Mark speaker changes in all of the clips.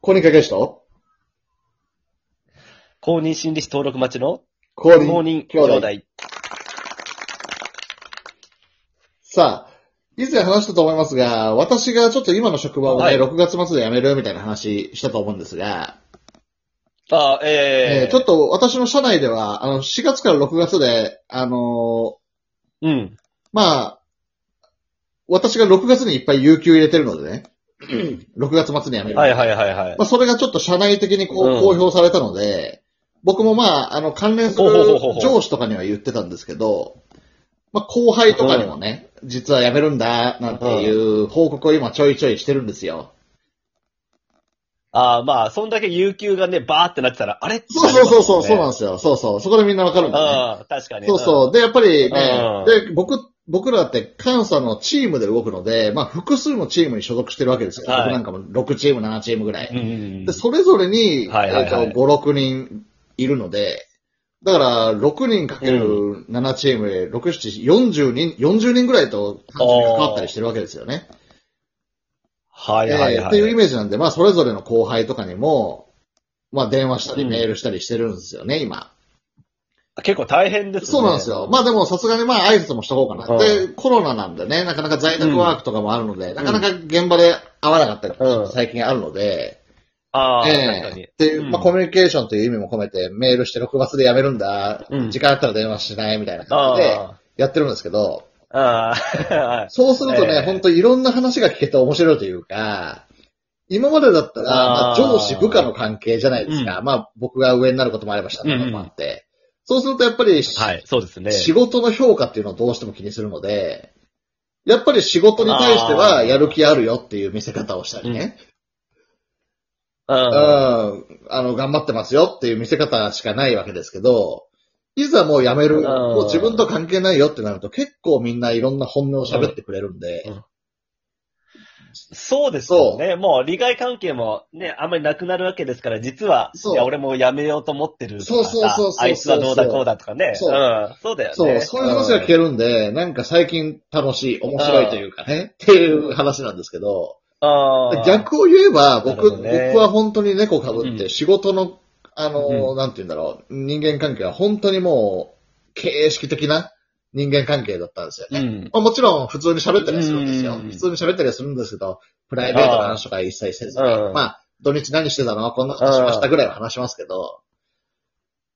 Speaker 1: 公認会計士と
Speaker 2: 公認心理師登録待ちの
Speaker 1: 公
Speaker 2: 公認兄弟。
Speaker 1: さあ、以前話したと思いますが、私がちょっと今の職場をね、
Speaker 2: はい
Speaker 1: 6月末で辞めるみたいな話したと思うんですが、
Speaker 2: あ、
Speaker 1: え
Speaker 2: ええ
Speaker 1: ーちょっと私の社内では、あの、4月から6月で、あのー
Speaker 2: うん。
Speaker 1: まあ、私が6月にいっぱい有給入れてるのでね、6月末に辞める。
Speaker 2: はいはいはいはい。
Speaker 1: まあ、それがちょっと社内的にこう、
Speaker 2: うん
Speaker 1: 公表されたので、僕もまあ、あの、関連する
Speaker 2: ほうほうほうほう
Speaker 1: 上司とかには言ってたんですけど、まあ、後輩とかにもね、実は辞めるんだ、なんていう報告を今ちょいちょいしてるんですよ。
Speaker 2: ああ、まあ、そんだけ有給がね、バーってなってたら、あれ
Speaker 1: そうそうそうそう、そうなん
Speaker 2: ん
Speaker 1: ですよ。そうそう。そこでみんなわかるんだね。
Speaker 2: ああ、確かに。
Speaker 1: そうそう。で、やっぱりね
Speaker 2: う、ん
Speaker 1: で、僕、僕らって監査のチームで動くので、まあ、複数のチームに所属してるわけですよ。
Speaker 2: はい
Speaker 1: 僕なんかも6チーム、7チームぐらい。
Speaker 2: うん。うん。
Speaker 1: で、それぞれに、
Speaker 2: はいはいはい
Speaker 1: えっと、5、6人いるので、だから、6人かける7チームで、6、7、40人、40人ぐらいと関係が変わったりしてるわけですよね。
Speaker 2: はいはい
Speaker 1: えー
Speaker 2: は
Speaker 1: っていうイ
Speaker 2: い。
Speaker 1: メージなんで、まあ、それぞれの後輩とかにも、まあ、電話したり
Speaker 2: うん
Speaker 1: メールしたりしてるんですよね、今。
Speaker 2: 結構大変ですね。
Speaker 1: そうなんですよ。まあ、でも、さすがにまあ、挨拶もしとこうかな。
Speaker 2: う
Speaker 1: で、コロナなんでね、なかなか在宅ワークとかもあるので、なかなか現場で会わなかったりとか
Speaker 2: うん
Speaker 1: 最近あるので、
Speaker 2: ああ、
Speaker 1: ええ
Speaker 2: 確かに。
Speaker 1: っていう、
Speaker 2: うん
Speaker 1: まあ、コミュニケーションという意味も込めて、メールして6月で辞めるんだ、
Speaker 2: うん
Speaker 1: 時間あったら電話しないみたいな感じで
Speaker 2: あ
Speaker 1: やってるんですけど、
Speaker 2: あ、ああ、
Speaker 1: そうすると
Speaker 2: え
Speaker 1: ね、
Speaker 2: え
Speaker 1: 本当いろんな話が聞けて面白いというか、今までだったら、まあ
Speaker 2: あー
Speaker 1: 上司部下の関係じゃないですか。まあ僕が上になることもありましたね、
Speaker 2: うんうん
Speaker 1: もあって。そうするとやっぱり、
Speaker 2: はい、そうですね。
Speaker 1: 仕事の評価っていうのをどうしても気にするので、やっぱり仕事に対して
Speaker 2: あ
Speaker 1: は
Speaker 2: ー
Speaker 1: やる気あるよっていう見せ方をしたりね。
Speaker 2: うんうん。
Speaker 1: うん、あの、頑張ってますよっていう見せ方しかないわけですけど、いざもうやめる、
Speaker 2: うん
Speaker 1: もう自分と関係ないよってなると結構みんないろんな本音を喋ってくれるんで、
Speaker 2: そうですよね。もう利害関係もね、あんまりなくなるわけですから、実は、
Speaker 1: そう
Speaker 2: いや、俺もやめようと思ってるとかさ
Speaker 1: そうそうそうそう
Speaker 2: あいつはどうだこうだとかね。。
Speaker 1: そうん
Speaker 2: そうだよね。
Speaker 1: そう、そういう話が聞けるんで、なんか最近楽しい、面白いというかね、っていう話なんですけど、
Speaker 2: うんうん
Speaker 1: 逆を言えば僕、
Speaker 2: なるほどね
Speaker 1: 僕は本当に猫被っ
Speaker 2: う
Speaker 1: て
Speaker 2: ん
Speaker 1: 仕事の、あの、
Speaker 2: う
Speaker 1: なんて言うんだろう、人間関係は本当にもう、形式的な人間関係だったんですよね。
Speaker 2: うん。
Speaker 1: まあ、もちろん普通に喋ったりはするんですよ。
Speaker 2: うん
Speaker 1: 普通に喋ったりはするんですけど、プライベートの話とか一切せずに、
Speaker 2: うん
Speaker 1: まあ、土日何してたのこんなことしましたぐらいは話しますけど、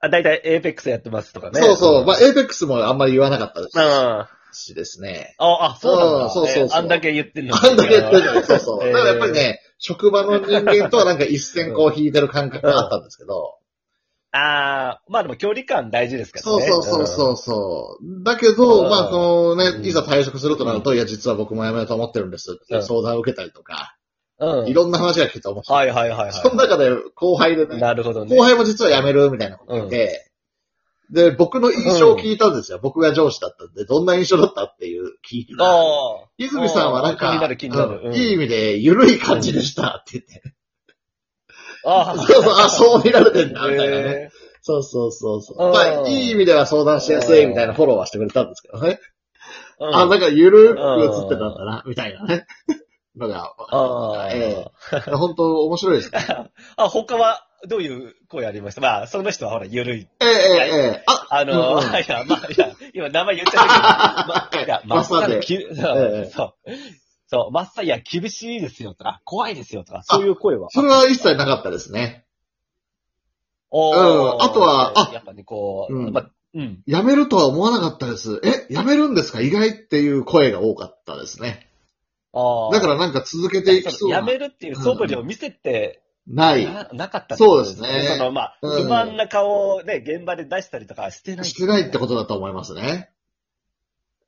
Speaker 2: あ、だいたいエーペックスやってますとかね。
Speaker 1: そうそう、まあ、
Speaker 2: う
Speaker 1: エイペックスもあんまり言わなかったです
Speaker 2: ん。あ、
Speaker 1: しですね。
Speaker 2: あ、そうなん
Speaker 1: うん
Speaker 2: だ。
Speaker 1: そうそうそう
Speaker 2: えあんだけ言ってんのに。
Speaker 1: あんだけ言ってるのにそうそう。
Speaker 2: えー
Speaker 1: だからやっぱりね、職場の人間とはなんか一線こう引いてる感覚があったんですけど、
Speaker 2: ああ、まあでも距離感大事ですから
Speaker 1: そう
Speaker 2: ね。
Speaker 1: そうそうそうそう。だけ
Speaker 2: う
Speaker 1: ど、
Speaker 2: ん
Speaker 1: まあ、その
Speaker 2: う
Speaker 1: ね、
Speaker 2: ん
Speaker 1: いざ退職するとなると、いや、実は僕も辞めようと思ってるんですっていう相談を受けたりとか、
Speaker 2: うん。うん。
Speaker 1: いろんな話が聞けて面白い。
Speaker 2: はいはいはいはい。
Speaker 1: その中で後輩でね、
Speaker 2: なるほどね。
Speaker 1: 後輩も実は辞めるみたいなこと言って、で、僕の印象を聞いたんですよ。僕が上司だったんで、どんな印象だったっていう聞いたら、
Speaker 2: ああ。
Speaker 1: 泉さんはなんか、
Speaker 2: 気になる気になる。
Speaker 1: う
Speaker 2: うんん
Speaker 1: いい意味で、ゆるい感じでしたって言って、
Speaker 2: ああ。
Speaker 1: そうそう、 あ、そう見られてんだ、みたいなね。
Speaker 2: えー
Speaker 1: そうそうそうそう。
Speaker 2: うん
Speaker 1: まあ、いい意味では相談しやすいみたいなフォローはしてくれたんですけどね。
Speaker 2: うん
Speaker 1: あ、なんかゆるく映ってたんだな、みたいなね。のが、
Speaker 2: あ
Speaker 1: ええ本当面白いですね。
Speaker 2: あ。あ、他はどういう声ありましたまあ、その人はほら、ゆるい。
Speaker 1: ええええええあ、
Speaker 2: あの、
Speaker 1: うん
Speaker 2: いや、まあ、いや、今名前言っちゃった けど、ま、いや、
Speaker 1: マ
Speaker 2: マ
Speaker 1: ッサ
Speaker 2: ッ
Speaker 1: ー
Speaker 2: サ
Speaker 1: ジ
Speaker 2: ージ、
Speaker 1: ええ
Speaker 2: そう。そう、マッサージ、いや、厳しいですよとか、怖いですよとか、そういう声は。
Speaker 1: それは一切なかったですね。
Speaker 2: お
Speaker 1: うんあとはあ
Speaker 2: やっぱね、こう、
Speaker 1: うん
Speaker 2: まあ、うん。
Speaker 1: 辞めるとは思わなかったです。え、辞めるんですか意外っていう声が多かったですね。
Speaker 2: ああ。
Speaker 1: だからなんか続けていきそう
Speaker 2: や
Speaker 1: な。
Speaker 2: めるっていう素振りを見せて
Speaker 1: ない。
Speaker 2: ななかったって
Speaker 1: そ
Speaker 2: こ
Speaker 1: う
Speaker 2: と
Speaker 1: ですね
Speaker 2: その、まあ、
Speaker 1: うん
Speaker 2: 不満な顔をね、現場で出したりとかしてない。
Speaker 1: してないってことだと思いますね。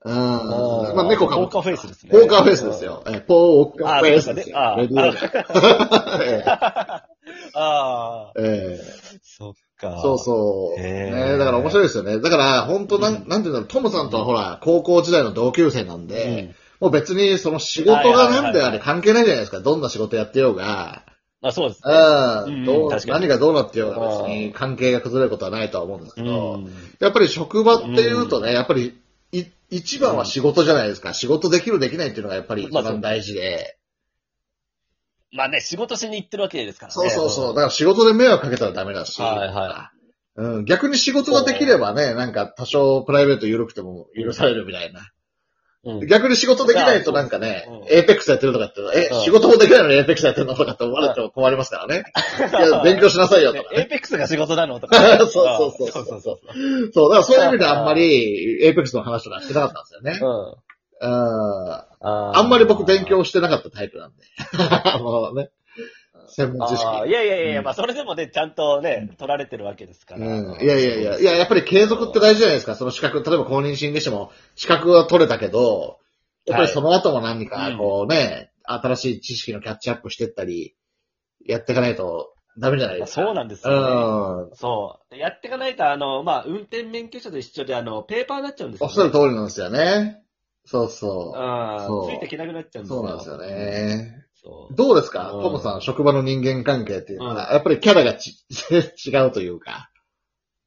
Speaker 1: うん。
Speaker 2: うん
Speaker 1: まあ猫かも。
Speaker 2: ポーカーフェイスですね
Speaker 1: ポーカーフェイスですよ。え、ポーカー
Speaker 2: あ
Speaker 1: フ
Speaker 2: あ、
Speaker 1: ェ
Speaker 2: そ
Speaker 1: イスで
Speaker 2: うですね
Speaker 1: す。よ。
Speaker 2: あ
Speaker 1: レディーガ ガ
Speaker 2: あ。ああ。
Speaker 1: えええ
Speaker 2: そっか。
Speaker 1: えそうそう。
Speaker 2: へえ
Speaker 1: ねだから面白いですよね。だから、本当なん、
Speaker 2: うん
Speaker 1: なんていうんだろう、トムさんとはほら、高校時代の同級生なん
Speaker 2: う
Speaker 1: で、
Speaker 2: ん。
Speaker 1: もう別にその仕事がなんであれ関係ないじゃないですか。どんな仕事やってようが。
Speaker 2: まあ、そうですね。
Speaker 1: う
Speaker 2: うん
Speaker 1: ん、
Speaker 2: うん
Speaker 1: どう
Speaker 2: 確かに
Speaker 1: 何がどうなってようが別に関係が崩れることはないとは思うんですけど、
Speaker 2: うん
Speaker 1: やっぱり職場っていうとね、やっぱりい一番は仕事じゃないですか。仕事できるできないっていうのがやっぱり一
Speaker 2: まあそ
Speaker 1: 番
Speaker 2: う
Speaker 1: 大事で。
Speaker 2: まあね、仕事しに行ってるわけですからね。
Speaker 1: そうそうそう。だから仕事で迷惑かけたらダメだし。
Speaker 2: はいは
Speaker 1: うん、逆に仕事ができればね、なんか多少プライベート緩くても許されるみたいな。
Speaker 2: うん。うん。
Speaker 1: 逆に仕事できないとなんかね
Speaker 2: うん、
Speaker 1: エーペックスやってるとかって、え
Speaker 2: うん、
Speaker 1: 仕事もできないのにエーペックスやってるのとかって思われても困りますから ね。いや、勉強しなさいよとか
Speaker 2: エ
Speaker 1: ね。
Speaker 2: ーペックスが仕事なのとか。
Speaker 1: そうそうそうそうそうそう。そう、だからそういう意味であんまり、エーペックスの話とかしてなかったんですよね。
Speaker 2: うん。
Speaker 1: うん。あ
Speaker 2: あー
Speaker 1: んまり僕勉強してなかったタイプなん で。もうね。専門知
Speaker 2: あー
Speaker 1: 識。
Speaker 2: いやいやいやいや、
Speaker 1: うん
Speaker 2: まあそれでもね、ちゃんとね、取られてるわけですから。
Speaker 1: うん。いやいやいや、いや、やっぱり継続って大事じゃないですか。その資格、例えば公認心理師も資格は取れたけど、やっぱりその後も何
Speaker 2: は
Speaker 1: か
Speaker 2: い、
Speaker 1: こうね、新しい知識のキャッチアップしてったり、やっていかないとダメじゃない
Speaker 2: ま
Speaker 1: で
Speaker 2: あ
Speaker 1: すか。
Speaker 2: そうなんですよね。
Speaker 1: う
Speaker 2: そう。やっていかないと、あの、まあ、運転免許証と一緒で、あの、ペーパーになっちゃうんです
Speaker 1: ん。お
Speaker 2: よ、
Speaker 1: っし
Speaker 2: ね。
Speaker 1: ゃる通りなんですよね。そうそ
Speaker 2: うん
Speaker 1: そう
Speaker 2: ついていけなくなっちゃう
Speaker 1: う。
Speaker 2: んです
Speaker 1: そ
Speaker 2: よ。
Speaker 1: うなんですよ。ね。
Speaker 2: そう。
Speaker 1: どうですか
Speaker 2: うん
Speaker 1: トムさん、職場の人間関係っていうの
Speaker 2: う
Speaker 1: は、やっぱりキャラがち 違うというか、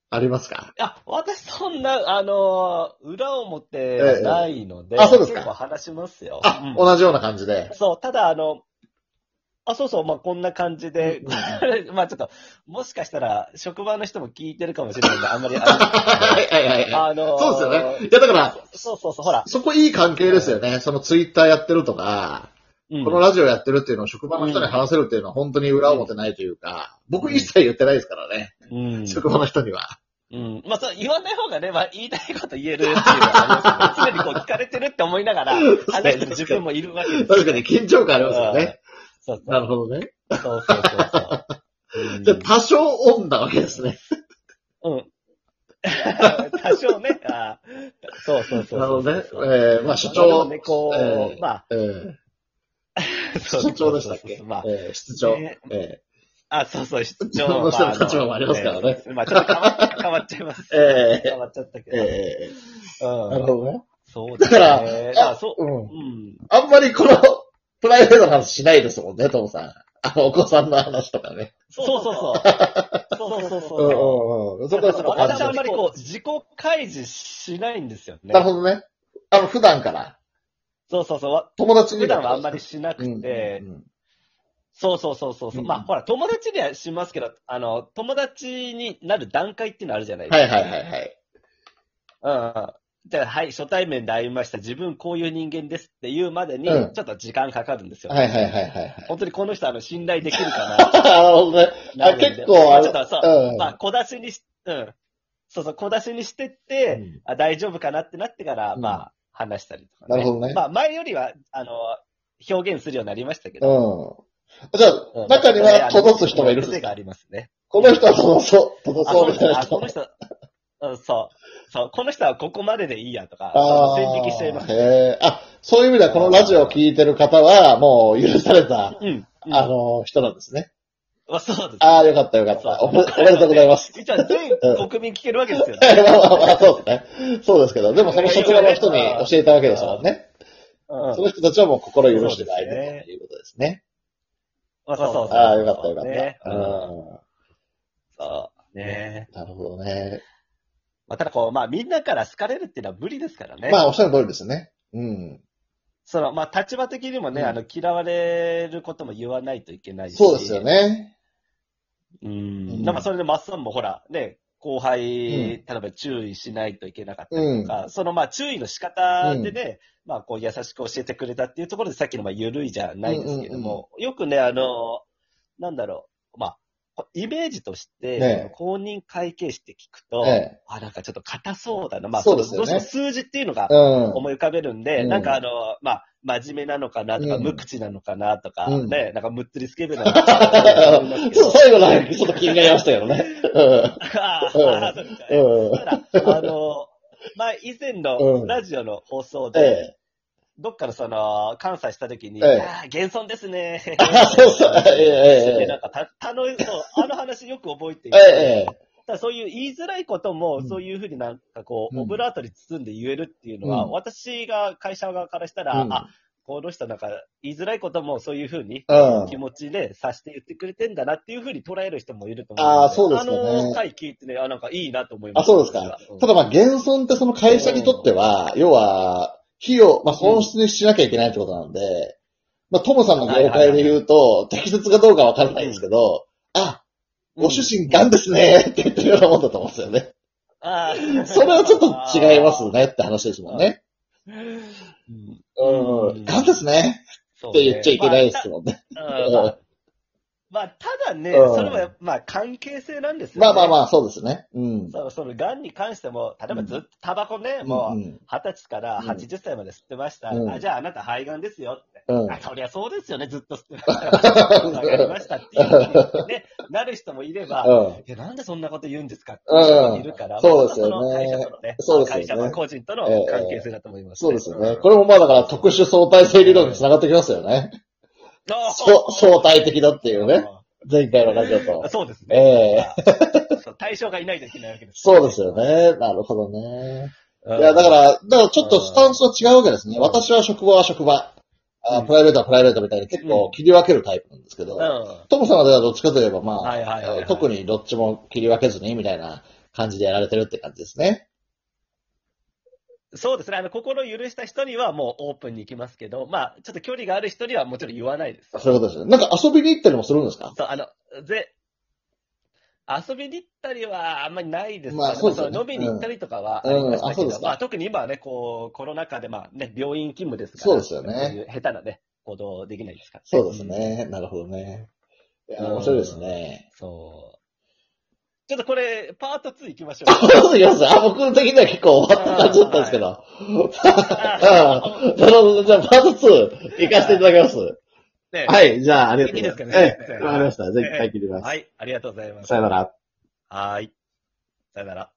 Speaker 1: ありますか
Speaker 2: いや、私そんな、あのー裏を持って
Speaker 1: ええ
Speaker 2: ないので、
Speaker 1: あそうですか
Speaker 2: 結構話しますよ。
Speaker 1: あ、
Speaker 2: うん
Speaker 1: 同じような感じで。
Speaker 2: そう、ただあの、あ、そうそう、まあ、こんな感じで、 まあちょっと、もしかしたら、職場の人も聞いてるかもしれないんで、あんまりあ
Speaker 1: はいはいはい
Speaker 2: れ、
Speaker 1: はい。
Speaker 2: あのー
Speaker 1: そうですよね。いやだから、
Speaker 2: そうそうそう、ほら。
Speaker 1: そこいい関係ですよね。そのツイッターやってるとか、
Speaker 2: うん
Speaker 1: このラジオやってるっていうのを職場の人に話せるっていうのは本当に裏表ないというか、僕一切言ってないですからね、
Speaker 2: うん。
Speaker 1: 職場の人には。
Speaker 2: うん。まあ、そう、言わない方がね、まあ、言いたいこと言えるっていうのはあります よね常にこう、聞かれてるって思いながら、話してる自分もいるわけですよ
Speaker 1: 確かに緊張感ありますよね。
Speaker 2: そうそう。
Speaker 1: なるほどね。
Speaker 2: そうそうそうそう。うん
Speaker 1: じゃあ多少オンなわけですね。
Speaker 2: うん。多少ね。あーそうそうそう。
Speaker 1: なるほどね。えー、まあ所長
Speaker 2: まあでもね、こう
Speaker 1: えー
Speaker 2: まあ
Speaker 1: えー
Speaker 2: そう
Speaker 1: 所長でしたっ
Speaker 2: そうそう
Speaker 1: け
Speaker 2: そうまあ、
Speaker 1: えー室長。
Speaker 2: ね
Speaker 1: え
Speaker 2: あ、そうそう、出
Speaker 1: 出張の人の立場もありますからね。
Speaker 2: まあまあ、ちょっと 変わっ変わっちゃいます。
Speaker 1: ええ
Speaker 2: 変わっちゃったけ
Speaker 1: ーえ
Speaker 2: ど。
Speaker 1: ー
Speaker 2: う
Speaker 1: なる
Speaker 2: ん。
Speaker 1: ほどね。
Speaker 2: そうです
Speaker 1: だか
Speaker 2: ね。
Speaker 1: ら
Speaker 2: だからそうう。
Speaker 1: ん。
Speaker 2: うん。
Speaker 1: あんまりこの、 プライベートの話しないですもんね、トムさん。あの、お子さんの話とかね。
Speaker 2: そうそうそう。 そ
Speaker 1: う
Speaker 2: うそう
Speaker 1: んう
Speaker 2: そう。
Speaker 1: んうん。そこはそこは
Speaker 2: 私はあんまりこう、自己開示しないんですよね
Speaker 1: な。るほどね。あの、普段から。
Speaker 2: そうそうそう。
Speaker 1: 友達に。
Speaker 2: 普段はあんまりしなくて、
Speaker 1: うんうんうん
Speaker 2: そうそうそうそうそう、
Speaker 1: うん
Speaker 2: まあ、ほら、友達にはしますけど、あの、友達になる段階っていうのあるじゃないで
Speaker 1: は
Speaker 2: す
Speaker 1: い
Speaker 2: か。
Speaker 1: はいはいはい。
Speaker 2: はい。うん。じゃあ、はい、初対面で会いました。自分こういう人間ですっていうまでに、ち
Speaker 1: う
Speaker 2: ょ
Speaker 1: ん
Speaker 2: っと時間かかるんですよ。
Speaker 1: はいはいはいはいはい。
Speaker 2: 本当にこの人、あの、信頼できるか
Speaker 1: なるほどね。
Speaker 2: な。
Speaker 1: あ、結構、
Speaker 2: ま
Speaker 1: あ
Speaker 2: あち
Speaker 1: れ
Speaker 2: ょっとそう、
Speaker 1: うん。
Speaker 2: まあ、小出しにし、うん。そうそう、小出しにしてって、
Speaker 1: うん
Speaker 2: あ大丈夫かなってなってから、
Speaker 1: うん
Speaker 2: まあ、話したりとか、
Speaker 1: なるほどね
Speaker 2: まあ、前よりは、あの、表現するようになりましたけど。
Speaker 1: うん。じゃ
Speaker 2: う
Speaker 1: あ、
Speaker 2: ん
Speaker 1: 中には届く人がいるんで
Speaker 2: 癖
Speaker 1: す
Speaker 2: があ
Speaker 1: か
Speaker 2: りますね。
Speaker 1: この人は届そう、届そうみたいな
Speaker 2: あ、こ
Speaker 1: 人
Speaker 2: の。人、うん、そう。そう、この人はここまででいいやとか、
Speaker 1: あ
Speaker 2: 線引
Speaker 1: ー
Speaker 2: きしちゃいます。
Speaker 1: へーあ、そういう意味ではこのラジオを聞いてる方は、もう許された、
Speaker 2: うん。うん
Speaker 1: あ、の、人なんですね。
Speaker 2: まあそうです。
Speaker 1: ああ、よかったよかった。おめおめでとうございます。
Speaker 2: 一応、全国民聞けるわけですよ
Speaker 1: ま
Speaker 2: ね。
Speaker 1: あまあまあ、そうですね。そうですけど、でもその職場の人に教えたわけですもんね。
Speaker 2: うん
Speaker 1: その人たちはもう心許してないということですね。
Speaker 2: まあそうそうそう。
Speaker 1: ああ、よかったよかった。
Speaker 2: ね
Speaker 1: う
Speaker 2: そう。ね
Speaker 1: ん。なるほどね。
Speaker 2: まあ、ただこう、まあ、みんなから好かれるっていうのは無理ですからね。
Speaker 1: まあ、おっしゃる通りですね。うん。
Speaker 2: その、まあ、立場的にもね、
Speaker 1: うん
Speaker 2: あの、嫌われることも言わないといけないし。
Speaker 1: そうですよね。
Speaker 2: うん。なんかそれでマッサンもほら、ね、後輩、
Speaker 1: う
Speaker 2: 例えば注意しないといけなかった
Speaker 1: う
Speaker 2: り
Speaker 1: ん
Speaker 2: と。か、そのまあ注意の仕方でね、まあこう優しく教えてくれたっていうところでさっきのまあ緩いじゃないですけども、よくね、あの、なんだろう、まあ、こイメージとして、
Speaker 1: ね
Speaker 2: 公認会計士って聞くと、
Speaker 1: え
Speaker 2: あ、なんかちょっと硬そうだな。まあ、
Speaker 1: そうですよね
Speaker 2: どうしても数字っていうのが
Speaker 1: え。うん。
Speaker 2: 思い浮かべるんで、
Speaker 1: うん
Speaker 2: なんかあの、まあ、真面目なのかなとか、
Speaker 1: うん
Speaker 2: 無口なのかなとか、
Speaker 1: うん
Speaker 2: ね、なんかむっつりスケベなのかなとか思いますけ
Speaker 1: そ
Speaker 2: ど
Speaker 1: う、最後なんかちょっと気になりましたけどね。
Speaker 2: あ
Speaker 1: うん
Speaker 2: あ、そうか。
Speaker 1: うん。うん。
Speaker 2: ただ、あの、前、以前
Speaker 1: う
Speaker 2: の
Speaker 1: ん
Speaker 2: ラジオの放送
Speaker 1: え
Speaker 2: で、
Speaker 1: え。
Speaker 2: どっかのその、関西した時に、
Speaker 1: ええ
Speaker 2: ああ、減損ですね。
Speaker 1: あそうそう。ええ、え
Speaker 2: で、
Speaker 1: え
Speaker 2: なんか、た、たの、そうあの話よく覚えてい
Speaker 1: ええ。え
Speaker 2: て、
Speaker 1: え。
Speaker 2: ただそういう言いづらいこと
Speaker 1: う
Speaker 2: も、
Speaker 1: ん
Speaker 2: そういうふうになんかこう、
Speaker 1: うん
Speaker 2: オブラートに包んで言えるっていうのは、
Speaker 1: うん
Speaker 2: 私が会社側からしたら、
Speaker 1: うん
Speaker 2: あ、この人なんか言いづらいこともそういうふうに
Speaker 1: うん
Speaker 2: 気持ちで察して言ってくれてんだなっていうふうに捉える人もいると思うの。
Speaker 1: あーそうですよね
Speaker 2: あの回聞いてね、あ、なんかいいなと思いま
Speaker 1: あ、
Speaker 2: した。
Speaker 1: そうですか
Speaker 2: 私は。
Speaker 1: ただまあ、減損ってその会社にとっては、要は、費用、まあ、損失にしなきゃいけないってことなんで、まあ、トモさんの業界で言うと、適切かどうかわかんないんですけど、あ、ご主人ガンですねって言ってるようなもんだと思うんですよね。
Speaker 2: ああ。
Speaker 1: それはちょっと違いますねって話ですもんね。
Speaker 2: うん。
Speaker 1: うん。ガンですねっ
Speaker 2: そうね
Speaker 1: て言っちゃいけないですもんね。
Speaker 2: まあうんまあまあ、ただね、
Speaker 1: うん
Speaker 2: それもやっぱ、まあ、関係性なんですよ、ね。
Speaker 1: まあまあまあ、そうですね。うん。
Speaker 2: その、その、癌に関しても、例えばずっとタバコね、
Speaker 1: う
Speaker 2: もう、
Speaker 1: ん。
Speaker 2: 二十歳から80歳まで吸ってました。
Speaker 1: うん
Speaker 2: あじゃああなた肺がんですよって。
Speaker 1: うん。
Speaker 2: あ、そりゃそうですよね、ずっと吸ってま した。わかりましたっていうふうにね、なる人もいれば、
Speaker 1: うん
Speaker 2: いや、なんでそんなこと言うんですかっていう人もいるから、
Speaker 1: うんそうですよね
Speaker 2: まあその会社とのね、
Speaker 1: そうですよね
Speaker 2: 会社と個人との関係性だと思います、
Speaker 1: そうですよね。
Speaker 2: ん
Speaker 1: これもまあだから特殊相対性理論に繋がってきますよね。そう相対的だっていうね。前回のラジオと
Speaker 2: あ。そうです
Speaker 1: え
Speaker 2: ね。
Speaker 1: え
Speaker 2: そう対象がいないといけないわけです。
Speaker 1: そうですよ。ね。なるほどね。
Speaker 2: い
Speaker 1: いや、だから、だからちょっとスタンスは違うわけですね。
Speaker 2: うん
Speaker 1: 私は職場は職場。あ
Speaker 2: うん
Speaker 1: プライベートはプライベートみたいに結構切り分けるタイプなんですけど、
Speaker 2: う
Speaker 1: トムさんはどっちかといえばまあ、
Speaker 2: はいはいはいはい
Speaker 1: 特にどっちも切り分けずにみたいな感じでやられてるって感じですね。
Speaker 2: ん、そうですね。あの、心を許した人にはもうオープンに行きますけど、まあ、ちょっと距離がある人にはもちろん言わないです。
Speaker 1: そういうことですね。なんか遊びに行ったりもするんですか
Speaker 2: そう、あの、ぜ、遊びに行ったりはあんまりないですけど、
Speaker 1: まあそうですよね
Speaker 2: まあ飲みに行ったりとかは
Speaker 1: うん
Speaker 2: ありましたけ
Speaker 1: うんあそう
Speaker 2: ど、
Speaker 1: ですか
Speaker 2: まあ特に今はね、こう、コロナ禍でまあね、病院勤務ですから、
Speaker 1: そうですよね
Speaker 2: こいう下手なね、行動できないですから、
Speaker 1: そうです。ね。なるほどね。いや、
Speaker 2: うん
Speaker 1: 面白いですね。
Speaker 2: そう。ちょっとこれ、パート2行きましょ
Speaker 1: あ、
Speaker 2: う。
Speaker 1: そうですあ、僕の的には結構終わった感じだったんですけど。
Speaker 2: あ
Speaker 1: うんなるほど。じゃあ、パート2、行かせていただきます。
Speaker 2: ね
Speaker 1: はい、じゃあ、ありがとうございます。
Speaker 2: いいですかね
Speaker 1: ええわかりました。ぜひ、一回切ります。
Speaker 2: はい、ありがとうございます。
Speaker 1: さよなら。
Speaker 2: はい。さよなら。